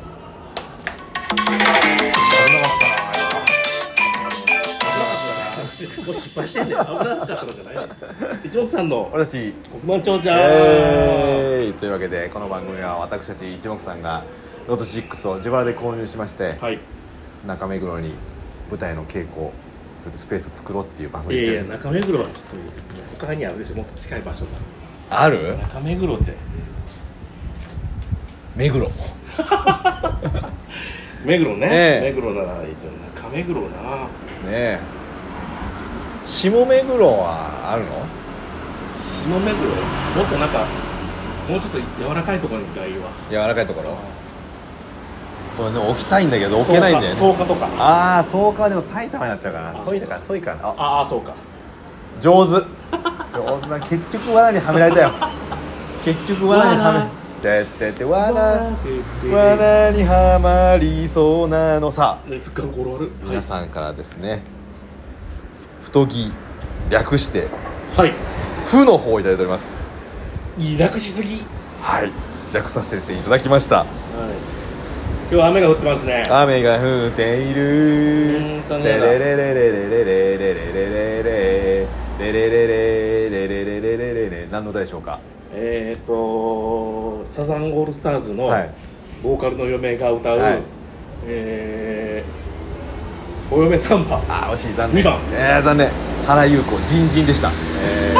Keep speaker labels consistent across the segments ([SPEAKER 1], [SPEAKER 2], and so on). [SPEAKER 1] もう失敗してんだよ危なかったからじゃない一目さんの
[SPEAKER 2] 俺たち
[SPEAKER 1] 億万長者、
[SPEAKER 2] えー、というわけでこの番組は私たち一目さんがロト6を自腹で購入しまして、
[SPEAKER 1] はい
[SPEAKER 2] 中目黒に舞台の稽古をするスペースを作ろうっていう番
[SPEAKER 1] い
[SPEAKER 2] 組
[SPEAKER 1] や
[SPEAKER 2] です
[SPEAKER 1] い
[SPEAKER 2] よ、
[SPEAKER 1] や中目黒はちょっと他にあるでしょもっと近い場所
[SPEAKER 2] ある
[SPEAKER 1] だ中目黒って
[SPEAKER 2] 目黒
[SPEAKER 1] 目黒ね、
[SPEAKER 2] ええ
[SPEAKER 1] 目黒ならいいけど中目黒な
[SPEAKER 2] ねえ下目黒はあるの
[SPEAKER 1] 下目黒もっとなんかもうちょっと柔らかいところがいいわ
[SPEAKER 2] 柔らかいところこれね置きたいんだけど置けないんだよね
[SPEAKER 1] 草加とか
[SPEAKER 2] ああそうかでも埼玉になっちゃうかな
[SPEAKER 1] あ
[SPEAKER 2] 遠いだから遠いからなあ
[SPEAKER 1] ああそうか
[SPEAKER 2] 上手上手な結局罠にはめられたよ結局罠にはめてってって罠罠にはまりそうなのさ
[SPEAKER 1] 熱っかん転がる
[SPEAKER 2] 皆さんからですね太着略して
[SPEAKER 1] はい、は
[SPEAKER 2] 「ふ」の方をいただいております
[SPEAKER 1] い、楽しすぎ、はい、
[SPEAKER 2] はい略させていただきました
[SPEAKER 1] 今日は雨が降ってますね
[SPEAKER 2] 雨が降っている
[SPEAKER 1] うーんとね
[SPEAKER 2] レレレレレレレレレレレレレレレレレレレレレレレレ何の歌でしょうか
[SPEAKER 1] えー、っとサザンオールスターズの
[SPEAKER 2] はい
[SPEAKER 1] ボーカルの嫁が歌う、
[SPEAKER 2] はい
[SPEAKER 1] えー、お嫁サンバ
[SPEAKER 2] あー惜しい残
[SPEAKER 1] 二番
[SPEAKER 2] えー残念原優子人参でした えーす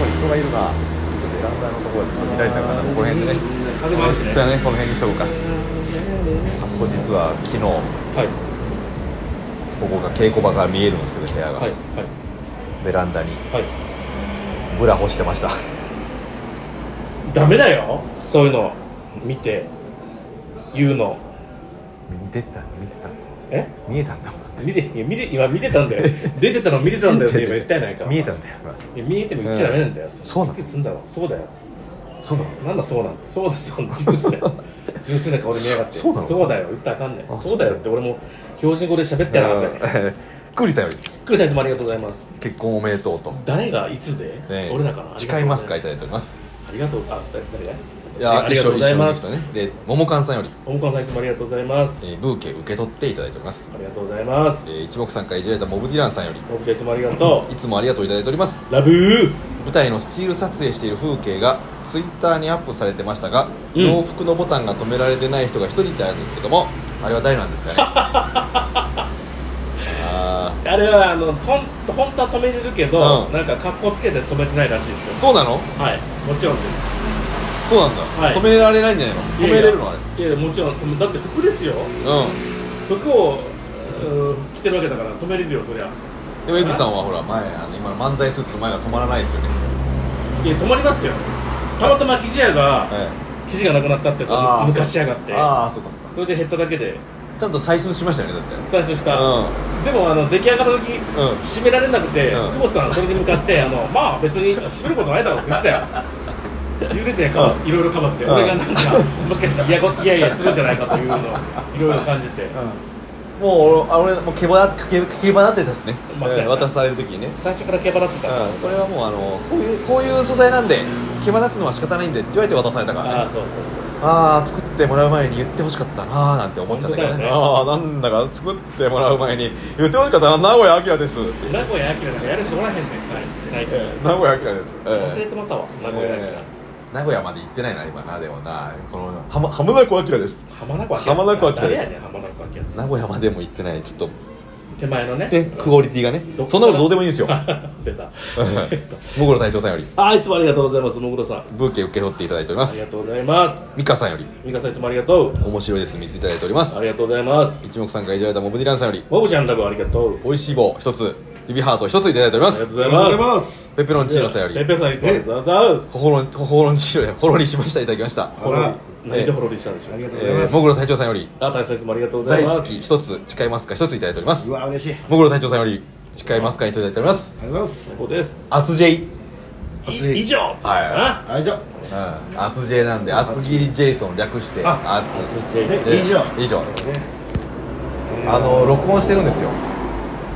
[SPEAKER 2] ごい人がいるなちょっとベランダのところでちょっと見られちゃうからこの辺でね
[SPEAKER 1] 風もあるしね
[SPEAKER 2] そうやねこの辺にしとこうかあそこ実は昨日
[SPEAKER 1] はい
[SPEAKER 2] ここが稽古場が見えるんですけど部屋が、
[SPEAKER 1] はい
[SPEAKER 2] ベランダに
[SPEAKER 1] はいはい
[SPEAKER 2] ブラ干してました
[SPEAKER 1] ダメだよそういうの見て言うの
[SPEAKER 2] 見てた見てた
[SPEAKER 1] え
[SPEAKER 2] 見えたんだもん
[SPEAKER 1] 見ていや見て今見てたんだよ出てたの見てたんだよって今言ったやないか
[SPEAKER 2] 見えたんだよ
[SPEAKER 1] いや見えても言っちゃダメなんだよ、
[SPEAKER 2] うんそうなの
[SPEAKER 1] びっくりすんだろそうだよ
[SPEAKER 2] そうなの
[SPEAKER 1] なんだそうなんてそうだそうなんてびっくりす るね純粋な顔で見やがって
[SPEAKER 2] そうなの
[SPEAKER 1] そうだよ言ったらあかんね
[SPEAKER 2] あ
[SPEAKER 1] そうだよって俺も標準語で喋ってやらなさいびっ
[SPEAKER 2] うんクーリーさんより
[SPEAKER 1] くりしたいつもありがとうございます
[SPEAKER 2] 結婚おめでとうと、
[SPEAKER 1] 誰がいつで、
[SPEAKER 2] ね
[SPEAKER 1] 俺だから
[SPEAKER 2] 誓いますかい
[SPEAKER 1] あ
[SPEAKER 2] ただいております
[SPEAKER 1] りがとうあだ誰が
[SPEAKER 2] いや
[SPEAKER 1] あり
[SPEAKER 2] 一
[SPEAKER 1] がとう
[SPEAKER 2] 緒
[SPEAKER 1] ご
[SPEAKER 2] 一
[SPEAKER 1] ざい
[SPEAKER 2] 緒
[SPEAKER 1] ま
[SPEAKER 2] に
[SPEAKER 1] す
[SPEAKER 2] 人ねで桃缶さんより、
[SPEAKER 1] おもかんさんいつもありがとうございます
[SPEAKER 2] えーブーケ受け取っていただいております
[SPEAKER 1] ありがとうございます
[SPEAKER 2] えー一目散からいじられたモブディランさんより
[SPEAKER 1] 僕ちゃんいつもありがと
[SPEAKER 2] いつもありがとういただいております
[SPEAKER 1] うラブー
[SPEAKER 2] 舞台のスチール撮影している風景がツイッターにアップされてましたが、
[SPEAKER 1] うん
[SPEAKER 2] 洋服のボタンが止められてない人が一人いたんですけどもあれは誰なんですかね あ
[SPEAKER 1] あれはあのとん本当は止めれるけど、
[SPEAKER 2] うん
[SPEAKER 1] なんか格好つけて止めてないらしいですよ
[SPEAKER 2] ーそうなの
[SPEAKER 1] はいもちろんです
[SPEAKER 2] そうなんだ、
[SPEAKER 1] はい
[SPEAKER 2] 止められないんじゃないの止めれるのあれ
[SPEAKER 1] いやいやもちろんだって服ですよ服をうん着てるわけだから止めれるよそりゃ
[SPEAKER 2] うんでもエビさんはほら前あの今の漫才スーツの前が止まらないですよね、
[SPEAKER 1] いや止まりますよたまたま生地屋が
[SPEAKER 2] はい、
[SPEAKER 1] 生地がなくなったってこと
[SPEAKER 2] あー
[SPEAKER 1] 昔やがって
[SPEAKER 2] ああそうかそうか
[SPEAKER 1] それで減っただけで
[SPEAKER 2] ちゃんと採寸しましたよねだって
[SPEAKER 1] 採取した、
[SPEAKER 2] う
[SPEAKER 1] でもあの出来上がった時、
[SPEAKER 2] ん
[SPEAKER 1] 締められなくて、
[SPEAKER 2] うん
[SPEAKER 1] 久保田さんそれに向かってあのまあ別に締めることないだろうって言ったよ 言うてたやんか、
[SPEAKER 2] う
[SPEAKER 1] いろいろかばって、
[SPEAKER 2] うん
[SPEAKER 1] 俺がなんかもしかしていやごいやいやするんじゃないかというのをいろいろ感じて、
[SPEAKER 2] うんもう俺俺もう毛羽立って毛羽立ってたしね、
[SPEAKER 1] まあそうやな
[SPEAKER 2] うん渡される時にね
[SPEAKER 1] 最初から毛払ってた、
[SPEAKER 2] うん、これはもうあのこういうこういう素材なんで毛羽立つのは仕方ないんでって言われて渡されたからね
[SPEAKER 1] ああそうそうそうそう
[SPEAKER 2] ああ作ってもらう前に言ってほしかったなーなんて思っちゃったけどね
[SPEAKER 1] 本当だ
[SPEAKER 2] ああなんだか作ってもらう前に言ってほしかったな名古屋明ですって
[SPEAKER 1] 名古屋あきらなんかやる人おらへんねん最近
[SPEAKER 2] ええ名古屋明です、ええ
[SPEAKER 1] 忘れてもらったわ名古屋あき
[SPEAKER 2] ええ名古屋まで行ってないな今なでもなこの浜浜名湖明です
[SPEAKER 1] ら浜名湖あきら
[SPEAKER 2] 浜名湖あきら
[SPEAKER 1] 誰
[SPEAKER 2] です
[SPEAKER 1] やねん浜名湖あきら
[SPEAKER 2] 名古屋までも行ってないちょっと
[SPEAKER 1] 手前のね
[SPEAKER 2] でクオリティがね
[SPEAKER 1] どこから
[SPEAKER 2] そんなことどうでもいいん ですよ
[SPEAKER 1] 出た
[SPEAKER 2] ええ もぐろ隊長さんより
[SPEAKER 1] あいつもありがとうございますもぐろさんあ
[SPEAKER 2] ブーケ受け取っていただいておりま
[SPEAKER 1] りが
[SPEAKER 2] す
[SPEAKER 1] とうございます
[SPEAKER 2] ミカさんより
[SPEAKER 1] 美香さんいつもありがとう
[SPEAKER 2] 面白いです3ついただいております
[SPEAKER 1] ありがとうございます
[SPEAKER 2] 一目散からいじられたモブディランさんより
[SPEAKER 1] もぐちゃんラブありがとう
[SPEAKER 2] 美味しい棒一つ指ハート一ついただいておりま
[SPEAKER 1] あり
[SPEAKER 2] す
[SPEAKER 1] がとうございます
[SPEAKER 3] ます。
[SPEAKER 2] ペペロンチーノさんよ
[SPEAKER 1] ペ
[SPEAKER 2] り
[SPEAKER 1] ペさんいつもありがとうございます
[SPEAKER 2] 心に心にしろよほろりしましたいただきました
[SPEAKER 3] ほら、
[SPEAKER 1] 何でほろりしたんでしょ
[SPEAKER 3] ありがとうござい
[SPEAKER 2] え
[SPEAKER 3] ま
[SPEAKER 2] ー
[SPEAKER 3] す。
[SPEAKER 2] もぐろ隊長さんより
[SPEAKER 1] あ大切いつもありがとうござ
[SPEAKER 2] 大
[SPEAKER 1] います
[SPEAKER 2] 好き一つ誓いますか一ついただいております
[SPEAKER 3] うわ、嬉しい。あ
[SPEAKER 2] もぐろ隊長さんより誓いますかいただいております
[SPEAKER 3] りがとうございます。
[SPEAKER 1] ここです
[SPEAKER 2] 厚 J
[SPEAKER 3] 熱い
[SPEAKER 1] い以上
[SPEAKER 2] は
[SPEAKER 3] あ、じゃ
[SPEAKER 2] うん厚 J なんで厚切りジェイソン略して
[SPEAKER 3] あ
[SPEAKER 2] 厚
[SPEAKER 1] つっ
[SPEAKER 3] あ、
[SPEAKER 1] ち
[SPEAKER 2] で
[SPEAKER 3] で、以上。
[SPEAKER 2] 以上です
[SPEAKER 3] ですね。
[SPEAKER 2] あの録音してるんですよ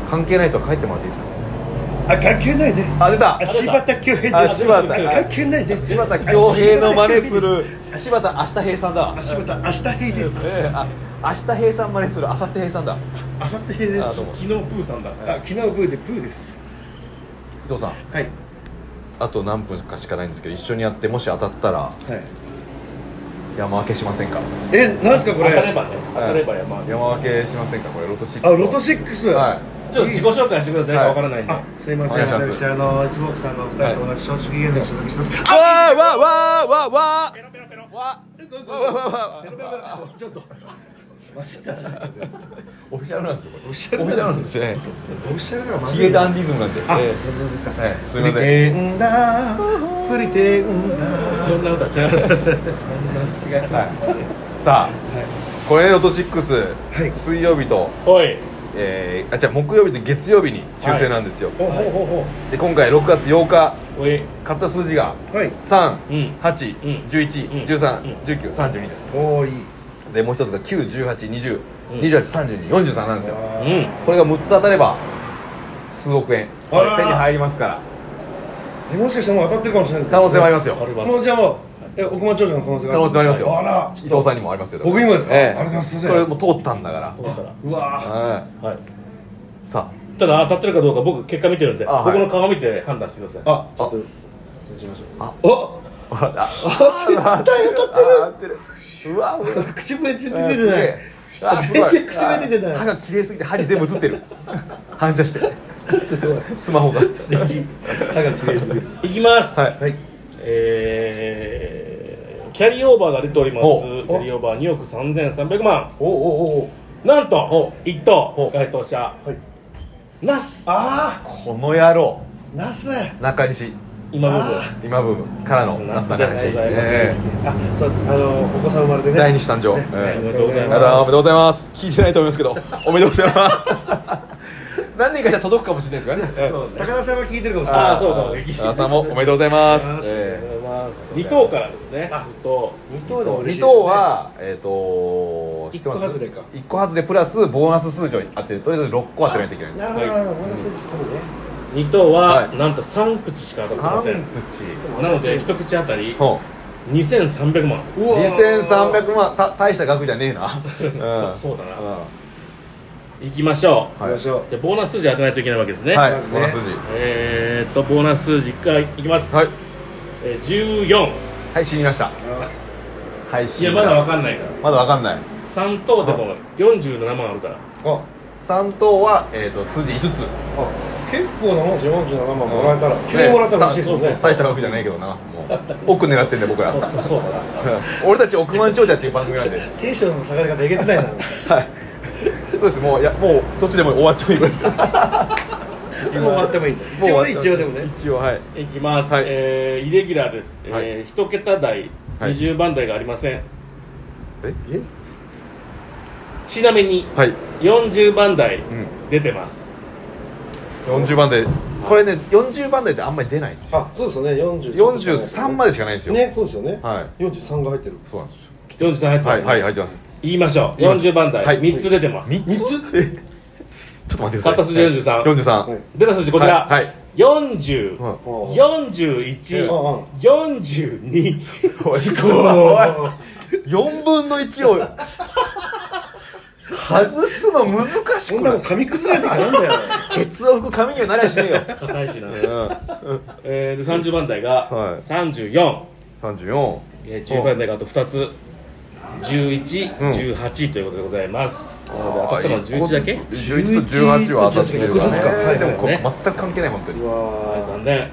[SPEAKER 2] 関係ない人は帰ってもらっていいです
[SPEAKER 3] あ、関係ないで。
[SPEAKER 2] かあ出た
[SPEAKER 3] あ柴田恭平
[SPEAKER 2] あ
[SPEAKER 3] です。
[SPEAKER 2] 柴田
[SPEAKER 3] 関係ないで。
[SPEAKER 2] 柴田恭平の真似する柴田明日平さんだわ
[SPEAKER 3] あ。柴田明日平です。
[SPEAKER 2] ええあ明日平さん真似するあさって平さんだ
[SPEAKER 3] あさってで
[SPEAKER 2] あ
[SPEAKER 3] す
[SPEAKER 2] どうも
[SPEAKER 1] 昨日プーさんだ
[SPEAKER 3] あ昨日ブーでプーです
[SPEAKER 2] 伊藤さん
[SPEAKER 3] はい
[SPEAKER 2] あと何分かしかないんですけど一緒にやってもし当たったら
[SPEAKER 3] はい
[SPEAKER 2] 山分けしませんか
[SPEAKER 3] えなんすかこ
[SPEAKER 1] 当たれ
[SPEAKER 3] れ
[SPEAKER 1] ばね当たれば山分け
[SPEAKER 2] 山分けしませんかこれロト6
[SPEAKER 3] あロト
[SPEAKER 2] ス
[SPEAKER 3] 6
[SPEAKER 2] はい
[SPEAKER 1] ちょっと自己紹介してください
[SPEAKER 2] はい
[SPEAKER 1] わからないんで
[SPEAKER 3] あすいません
[SPEAKER 2] お願いします
[SPEAKER 3] 私あの一目さんのお二人と同じ松竹芸能を所属してます
[SPEAKER 2] わーわーわーわーわー
[SPEAKER 1] ペロペロペロ
[SPEAKER 2] わ
[SPEAKER 1] ペロペロペ
[SPEAKER 2] ーわー
[SPEAKER 1] ロ
[SPEAKER 2] わーわーわ
[SPEAKER 3] ペ
[SPEAKER 2] ー
[SPEAKER 3] ロペロペロちょっと間違ったじゃないか全部
[SPEAKER 2] オフィシャルなんですよこれ
[SPEAKER 3] オフィシャ
[SPEAKER 2] オフィ
[SPEAKER 3] ル
[SPEAKER 2] シャル
[SPEAKER 3] な
[SPEAKER 2] なん
[SPEAKER 3] ん
[SPEAKER 2] で
[SPEAKER 3] です
[SPEAKER 2] ね
[SPEAKER 3] オフィシャルだからま
[SPEAKER 2] ヒ
[SPEAKER 3] ず
[SPEAKER 2] ゲ
[SPEAKER 3] いな
[SPEAKER 2] ダンディズムなんで
[SPEAKER 3] あ、
[SPEAKER 2] え
[SPEAKER 3] 本当ですか。
[SPEAKER 2] はいすいません
[SPEAKER 3] プリテンダー、プリテンダ
[SPEAKER 1] そ
[SPEAKER 3] ー。
[SPEAKER 1] んな歌知らなかったです
[SPEAKER 3] 違い
[SPEAKER 2] ーは
[SPEAKER 3] ます。
[SPEAKER 2] いさあこれロト6、
[SPEAKER 3] はい
[SPEAKER 2] 水曜日と、
[SPEAKER 1] おい
[SPEAKER 2] えー、あじゃあ木曜日と月曜日に抽選なんですよ、
[SPEAKER 1] ほうほうほうほ
[SPEAKER 2] で今回6月8日
[SPEAKER 1] うおい
[SPEAKER 2] 買った数字が
[SPEAKER 3] はい。
[SPEAKER 1] うん
[SPEAKER 2] 3、8、
[SPEAKER 1] うんうん
[SPEAKER 2] 11、
[SPEAKER 1] うん
[SPEAKER 2] 13、19、32です
[SPEAKER 3] おーいい。
[SPEAKER 2] でもう一つが9、18、20、
[SPEAKER 1] うん
[SPEAKER 2] 28、32、43なんですよ
[SPEAKER 1] う
[SPEAKER 3] わー
[SPEAKER 1] ん
[SPEAKER 2] これが6つ当たれば数億円
[SPEAKER 3] あら
[SPEAKER 2] 手に入りますから
[SPEAKER 3] えもしかしてもう当たってるかもしれない。
[SPEAKER 2] 可能性もあります
[SPEAKER 1] あ
[SPEAKER 2] よ
[SPEAKER 1] ります
[SPEAKER 3] もうじゃあもうえ億万長者の可能性が
[SPEAKER 2] 可能性もありますよ
[SPEAKER 3] あら。
[SPEAKER 2] 伊藤さんにもありますよ
[SPEAKER 3] 僕にもですか
[SPEAKER 2] ええ
[SPEAKER 3] ありがとうございますすいま
[SPEAKER 2] そ
[SPEAKER 3] せ
[SPEAKER 2] れ
[SPEAKER 3] ん
[SPEAKER 2] もう通ったんだから
[SPEAKER 1] どうしたら
[SPEAKER 3] うわ
[SPEAKER 2] は
[SPEAKER 1] はい
[SPEAKER 2] いさ
[SPEAKER 1] いただ当たってるかどうか僕結果見てるんで
[SPEAKER 2] あはい
[SPEAKER 1] 僕の顔見て判断してください
[SPEAKER 3] ー。あ
[SPEAKER 2] あ
[SPEAKER 3] とそうしましょう。
[SPEAKER 2] あ
[SPEAKER 3] あ
[SPEAKER 2] あああ
[SPEAKER 3] 絶対当たってる
[SPEAKER 2] 当たってるうわうわ
[SPEAKER 3] 口笛ついて出てない。
[SPEAKER 2] あすげえあすごい
[SPEAKER 3] 全然口笛出てない
[SPEAKER 2] 歯が綺麗すぎて針全部映ってる反射して
[SPEAKER 3] すごい。
[SPEAKER 2] スマホが
[SPEAKER 3] 素敵。歯が綺麗すぎる。
[SPEAKER 1] いきます
[SPEAKER 2] はい
[SPEAKER 3] はい。
[SPEAKER 1] えーキャリーオーバーが出ております
[SPEAKER 2] お
[SPEAKER 1] キャリーオーバー2億3300万
[SPEAKER 3] おおおお。
[SPEAKER 1] なんと
[SPEAKER 2] お
[SPEAKER 1] 1等
[SPEAKER 2] お
[SPEAKER 1] 該当者
[SPEAKER 3] はい。
[SPEAKER 1] ナス
[SPEAKER 3] あ
[SPEAKER 2] この野郎
[SPEAKER 3] あ。ナス。
[SPEAKER 2] 中西
[SPEAKER 1] 今部分
[SPEAKER 3] あ
[SPEAKER 2] 今部分からの
[SPEAKER 1] ナ
[SPEAKER 2] ナ
[SPEAKER 1] ス
[SPEAKER 2] ス中西
[SPEAKER 1] ナス中西
[SPEAKER 2] え
[SPEAKER 3] あ、そうあのお子さん生まれて
[SPEAKER 2] え
[SPEAKER 3] ね。
[SPEAKER 2] 第二子誕生
[SPEAKER 3] ね
[SPEAKER 2] ええ
[SPEAKER 1] おめでとうござい
[SPEAKER 2] ありが
[SPEAKER 1] ま
[SPEAKER 2] とうございます。聞いてないと思いますけど、おめでとうござい ます。何年かしたら届くかもしれないですからね。
[SPEAKER 1] そうね
[SPEAKER 3] 高田さんは聞いてるかもしれない。
[SPEAKER 1] ああそうかも
[SPEAKER 2] 田中さんもおめでとうございます
[SPEAKER 3] ありがとうございま。す
[SPEAKER 2] え
[SPEAKER 1] 2等からですね
[SPEAKER 3] あ
[SPEAKER 1] 2等
[SPEAKER 3] 二等でも
[SPEAKER 2] ー
[SPEAKER 3] 嬉
[SPEAKER 2] 二
[SPEAKER 3] しいですね
[SPEAKER 2] 等はえっと知ってます
[SPEAKER 3] 一個外れか
[SPEAKER 2] 一個外れプラスボーナス数字を当てるとりあえず六個当てないといけないんです
[SPEAKER 3] な
[SPEAKER 2] よ。
[SPEAKER 3] るほどなるほどボーナスチ込むね
[SPEAKER 1] 2等は
[SPEAKER 2] はい
[SPEAKER 1] なんと3口しか当た
[SPEAKER 2] 三
[SPEAKER 1] って
[SPEAKER 2] 口
[SPEAKER 1] ま。せんなので一口当たり
[SPEAKER 2] ほ
[SPEAKER 1] 2300万
[SPEAKER 3] う
[SPEAKER 2] う。
[SPEAKER 3] わー
[SPEAKER 2] 二千三百万た大した額じゃねえな。
[SPEAKER 1] そ
[SPEAKER 2] ん
[SPEAKER 1] そうだな
[SPEAKER 2] うんはい
[SPEAKER 1] きましょ
[SPEAKER 3] 行きましょ
[SPEAKER 1] うじゃあボーナス数字当てないといけないわけですね
[SPEAKER 2] い。はい
[SPEAKER 3] まずね
[SPEAKER 2] ボーナス数字。
[SPEAKER 1] えーっとボーナス数字からいきます
[SPEAKER 2] はい
[SPEAKER 1] えー14
[SPEAKER 2] はい死にました。
[SPEAKER 3] うあ
[SPEAKER 2] はい
[SPEAKER 1] い
[SPEAKER 2] 死
[SPEAKER 1] や
[SPEAKER 2] に
[SPEAKER 1] ま
[SPEAKER 2] まし
[SPEAKER 1] だわ
[SPEAKER 2] た。
[SPEAKER 1] かんないから
[SPEAKER 2] まだわかんない。
[SPEAKER 1] 3等でも47万あるから
[SPEAKER 3] あ
[SPEAKER 2] 三等はえっと数字五つ。
[SPEAKER 3] あ結構なもんですよ47万もらえたら急にもらったら嬉しいですもん
[SPEAKER 1] そう
[SPEAKER 3] ね
[SPEAKER 1] そ
[SPEAKER 2] 大した額じゃないけどなもう奥狙ってんだよ僕ら
[SPEAKER 1] そうそうそうだな
[SPEAKER 2] 俺たち億万長者っていう番組なんで
[SPEAKER 3] テンションの下がり方えげつないな
[SPEAKER 2] はいそうですもういやもうどっちでも終わってもいいぐらい ですよも
[SPEAKER 3] 今終わってもいいんだ一応ね一応でもね
[SPEAKER 2] 一応はい
[SPEAKER 1] いきます、
[SPEAKER 2] はい
[SPEAKER 1] えーイレギュラーです、えー
[SPEAKER 2] はい
[SPEAKER 1] 1桁台
[SPEAKER 2] はい
[SPEAKER 1] 20番台がありません、
[SPEAKER 3] え
[SPEAKER 1] ちなみに
[SPEAKER 2] はい
[SPEAKER 1] 40番台
[SPEAKER 2] ん
[SPEAKER 1] 出てます、
[SPEAKER 2] 40番台これね40番台ってあんまり出ないんですよ
[SPEAKER 3] あそうですよね40
[SPEAKER 2] 43までしかないんですよ、
[SPEAKER 3] ねそうですよね
[SPEAKER 2] は
[SPEAKER 3] 43が入ってる
[SPEAKER 2] そうなんですよ
[SPEAKER 1] 43入ってま
[SPEAKER 2] は
[SPEAKER 1] す、
[SPEAKER 2] いはい入ってます
[SPEAKER 1] 言いましょう
[SPEAKER 2] 言いましょう
[SPEAKER 1] 40番台、
[SPEAKER 2] はい
[SPEAKER 1] 3つ出てます、
[SPEAKER 2] 3つえちょっと待ってください
[SPEAKER 1] 買った数字43
[SPEAKER 2] 43、
[SPEAKER 3] はい
[SPEAKER 1] 出た数字こちら、
[SPEAKER 2] はいはい
[SPEAKER 1] 40、
[SPEAKER 2] うん
[SPEAKER 1] 41、
[SPEAKER 3] うんうん
[SPEAKER 1] 42
[SPEAKER 2] おい
[SPEAKER 1] す
[SPEAKER 2] お
[SPEAKER 1] ごい
[SPEAKER 2] い4分の1を外すの難し
[SPEAKER 3] こ
[SPEAKER 2] く
[SPEAKER 3] んな
[SPEAKER 2] ない
[SPEAKER 3] もん紙崩れてきなんだよ
[SPEAKER 2] ケツを拭く髪にはなりゃしねえよ、
[SPEAKER 1] 硬いしな、
[SPEAKER 2] うん、
[SPEAKER 1] えーで30番台が
[SPEAKER 2] はい
[SPEAKER 1] 34、
[SPEAKER 2] 34
[SPEAKER 1] えー10番台があと2つ1118、
[SPEAKER 2] うん
[SPEAKER 1] 18ということでございますなので当た
[SPEAKER 2] あ
[SPEAKER 1] ったのは11だけ
[SPEAKER 2] 1個ずつ11と18は当たってるから
[SPEAKER 3] 11と18か
[SPEAKER 2] ね
[SPEAKER 3] はい
[SPEAKER 2] でもこれ
[SPEAKER 1] ね
[SPEAKER 2] 全く関係ない本当
[SPEAKER 3] う
[SPEAKER 2] に
[SPEAKER 3] わー
[SPEAKER 1] 残念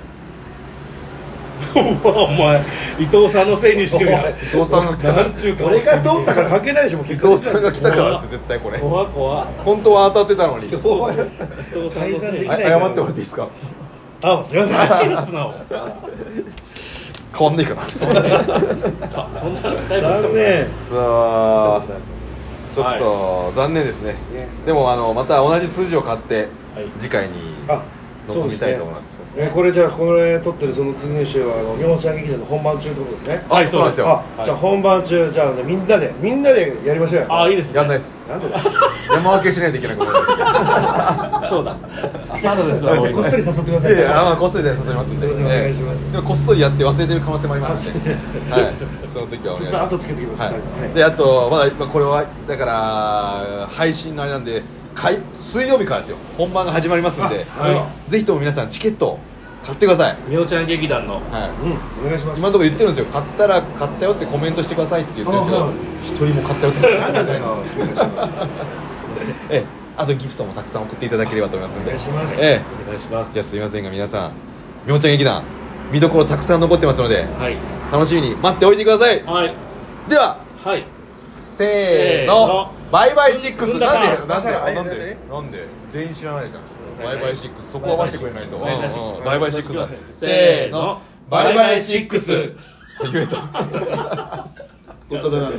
[SPEAKER 1] お前伊藤さんのせいにしてるやん
[SPEAKER 3] おい
[SPEAKER 2] 伊藤さんが来たから
[SPEAKER 1] なんちゅう顔
[SPEAKER 3] 俺
[SPEAKER 1] して
[SPEAKER 3] が
[SPEAKER 1] ん
[SPEAKER 3] 通
[SPEAKER 1] の
[SPEAKER 3] ったから関係ないでしょもう
[SPEAKER 2] 伊
[SPEAKER 3] 結
[SPEAKER 2] 藤
[SPEAKER 3] 果
[SPEAKER 2] さんが来たからですよ絶対 これ
[SPEAKER 1] 怖っ怖っ
[SPEAKER 2] 本当は当たってたのに
[SPEAKER 3] 怖い
[SPEAKER 1] 伊藤さんのせい
[SPEAKER 3] 改ざん
[SPEAKER 1] に
[SPEAKER 3] でき
[SPEAKER 2] あ
[SPEAKER 3] ない
[SPEAKER 2] 謝ってもらっていいですか
[SPEAKER 3] あすいません
[SPEAKER 1] あいいな素直
[SPEAKER 2] 変わんねえかなさ
[SPEAKER 1] あそんなタイプだった
[SPEAKER 3] 残
[SPEAKER 1] もんね
[SPEAKER 3] 念
[SPEAKER 2] あちょっと残念ですね
[SPEAKER 3] ね
[SPEAKER 2] でもあのまた同じ数字を買って
[SPEAKER 1] はい
[SPEAKER 2] 次回に
[SPEAKER 3] あ
[SPEAKER 2] 臨みたいと思います
[SPEAKER 3] ね、これじゃあこれ撮ってるその次の週はあの日本ちゃん劇場の本番中ってことですね
[SPEAKER 1] はい
[SPEAKER 2] あそうなんです
[SPEAKER 1] そう
[SPEAKER 2] よ
[SPEAKER 1] で
[SPEAKER 3] あ、
[SPEAKER 1] はい
[SPEAKER 3] じゃあ本番中じゃあ、ね、みんなでみんなでやりましょうよ
[SPEAKER 1] あいいですね
[SPEAKER 2] やんないです
[SPEAKER 3] なんでだ
[SPEAKER 2] 山分けしないといけない こ
[SPEAKER 1] そうだまだ ですわ
[SPEAKER 3] よこっそり誘ってくだ
[SPEAKER 2] と
[SPEAKER 3] さ
[SPEAKER 2] で
[SPEAKER 3] い
[SPEAKER 2] い
[SPEAKER 3] ね
[SPEAKER 2] やいやあこっそりで誘いますんで
[SPEAKER 3] そうですねお願いします
[SPEAKER 2] ええでもこっそりやって忘れてる可能性もあります しねはいその時はお願いします
[SPEAKER 3] ちょっと後つけてきます、
[SPEAKER 2] は
[SPEAKER 3] 二人ともはい
[SPEAKER 2] い、であとまだまあこれはだから配信のあれなんでかい水曜日からですよ本番が始まりますんで、
[SPEAKER 3] あは
[SPEAKER 2] ぜひとも皆さんチケットを買ってください、
[SPEAKER 1] みおちゃん劇団の
[SPEAKER 2] はい、
[SPEAKER 3] うんお願いします
[SPEAKER 2] 今のところ言ってるんですよ買ったら買ったよってコメントしてくださいって言ってるんですけ
[SPEAKER 3] あ
[SPEAKER 2] ど
[SPEAKER 3] はい
[SPEAKER 2] 一人 も買ったよって
[SPEAKER 3] なんなんだよお願いします
[SPEAKER 2] ええあとギフトもたくさん送っていただければと思いますん
[SPEAKER 3] お
[SPEAKER 2] で
[SPEAKER 3] 願いします
[SPEAKER 2] え
[SPEAKER 1] お願いしま
[SPEAKER 2] え
[SPEAKER 1] す
[SPEAKER 2] じゃあすいませんが皆さんみょんちゃん劇団見どころたくさん残ってますので
[SPEAKER 1] はい
[SPEAKER 2] 楽しみに待っておいてください
[SPEAKER 1] はい
[SPEAKER 2] では
[SPEAKER 1] はい
[SPEAKER 2] せー
[SPEAKER 1] せー
[SPEAKER 2] の
[SPEAKER 1] の
[SPEAKER 2] バイバイシックス
[SPEAKER 1] うん
[SPEAKER 2] なんでなん
[SPEAKER 3] な
[SPEAKER 2] ん
[SPEAKER 3] で
[SPEAKER 2] で
[SPEAKER 3] あ
[SPEAKER 2] なん
[SPEAKER 3] なん
[SPEAKER 2] で
[SPEAKER 3] で
[SPEAKER 2] なんで全員知らないじゃん
[SPEAKER 1] は
[SPEAKER 2] バ
[SPEAKER 1] い
[SPEAKER 2] イバイシックスそこ合わせてくれないとうんうん
[SPEAKER 1] バイバイシックス
[SPEAKER 2] バイバイシックスだせー
[SPEAKER 1] せー
[SPEAKER 2] の
[SPEAKER 1] の
[SPEAKER 2] バイバイシックス
[SPEAKER 1] バイバ
[SPEAKER 2] 言え
[SPEAKER 1] イシッ
[SPEAKER 2] た
[SPEAKER 3] 本当だな